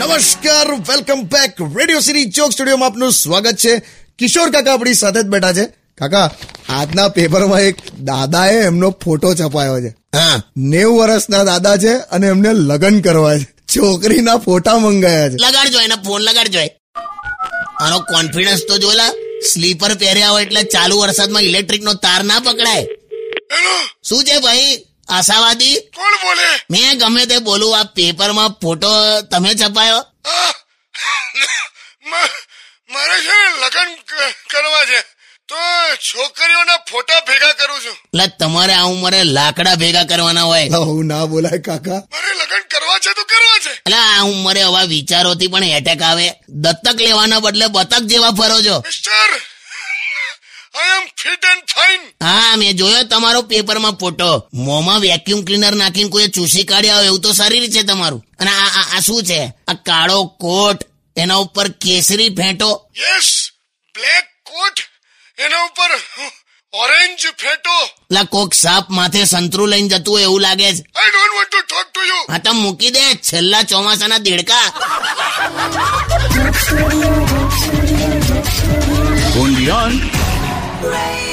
નમસ્કાર welcome back Radio City ચોક સ્ટુડિયોમાં આપનું સ્વાગત છે કિશોર કાકા આપણી સાથે જ બેઠા છે કાકા આજના પેપરમાં એક દાદાએ એમનો ફોટો છપાયો છે હા નેવું વર્ષના દાદા છે અને એમને લગ્ન કરવા છે છોકરીના ફોટા મંગાયા છે લગાડજો એને ફોન લગાડજો એ. આનો કોન્ફિડન્સ તો જોયેલા સ્લીપર પહેર્યા હોય એટલે ચાલુ વરસાદમાં ઇલેક્ટ્રિકનો તાર ના પકડાય શું છે ભાઈ આશાવાદી કોણ બોલે મેં ગમે તે બોલું આ પેપરમાં ફોટો તમે છપાયો આ, મ- મારે છે ને લગ્ન ક- કરવા છે તો છોકરીઓના ફોટા ભેગા કરું છું એટલે તમારે આ ઉંમરે લાકડા ભેગા કરવાના હોય અલા, હું ના બોલાય કાકા મારે લગ્ન કરવા છે તો કરવા છે એટલે આ ઉંમરે આવા વિચારોથી પણ એટેક આવે દત્તક લેવાના બદલે બતક જેવા ફરો છો mister I am fit and fine હા મેં જોયો તમારો પેપરમાં ફોટો મોંમાં વેક્યુમ ક્લીનર નાખીને કોઈ ચૂસી કાઢ્યા હોય એવું તો શરીર છે તમારું અને આ આ- આ શું છે આ કાળો કોટ એના ઉપર કેસરી ફેંટો યસ બ્લેક કોટ એના ઉપર ઓરેન્જ ફેટો લા કોક સાપ માથે સંતરું લઈને જતું હોય એવું લાગે છે I don't want to talk to you હા તો મૂકી દે છેલ્લા ચોમાસાના દેડકા Only on Radio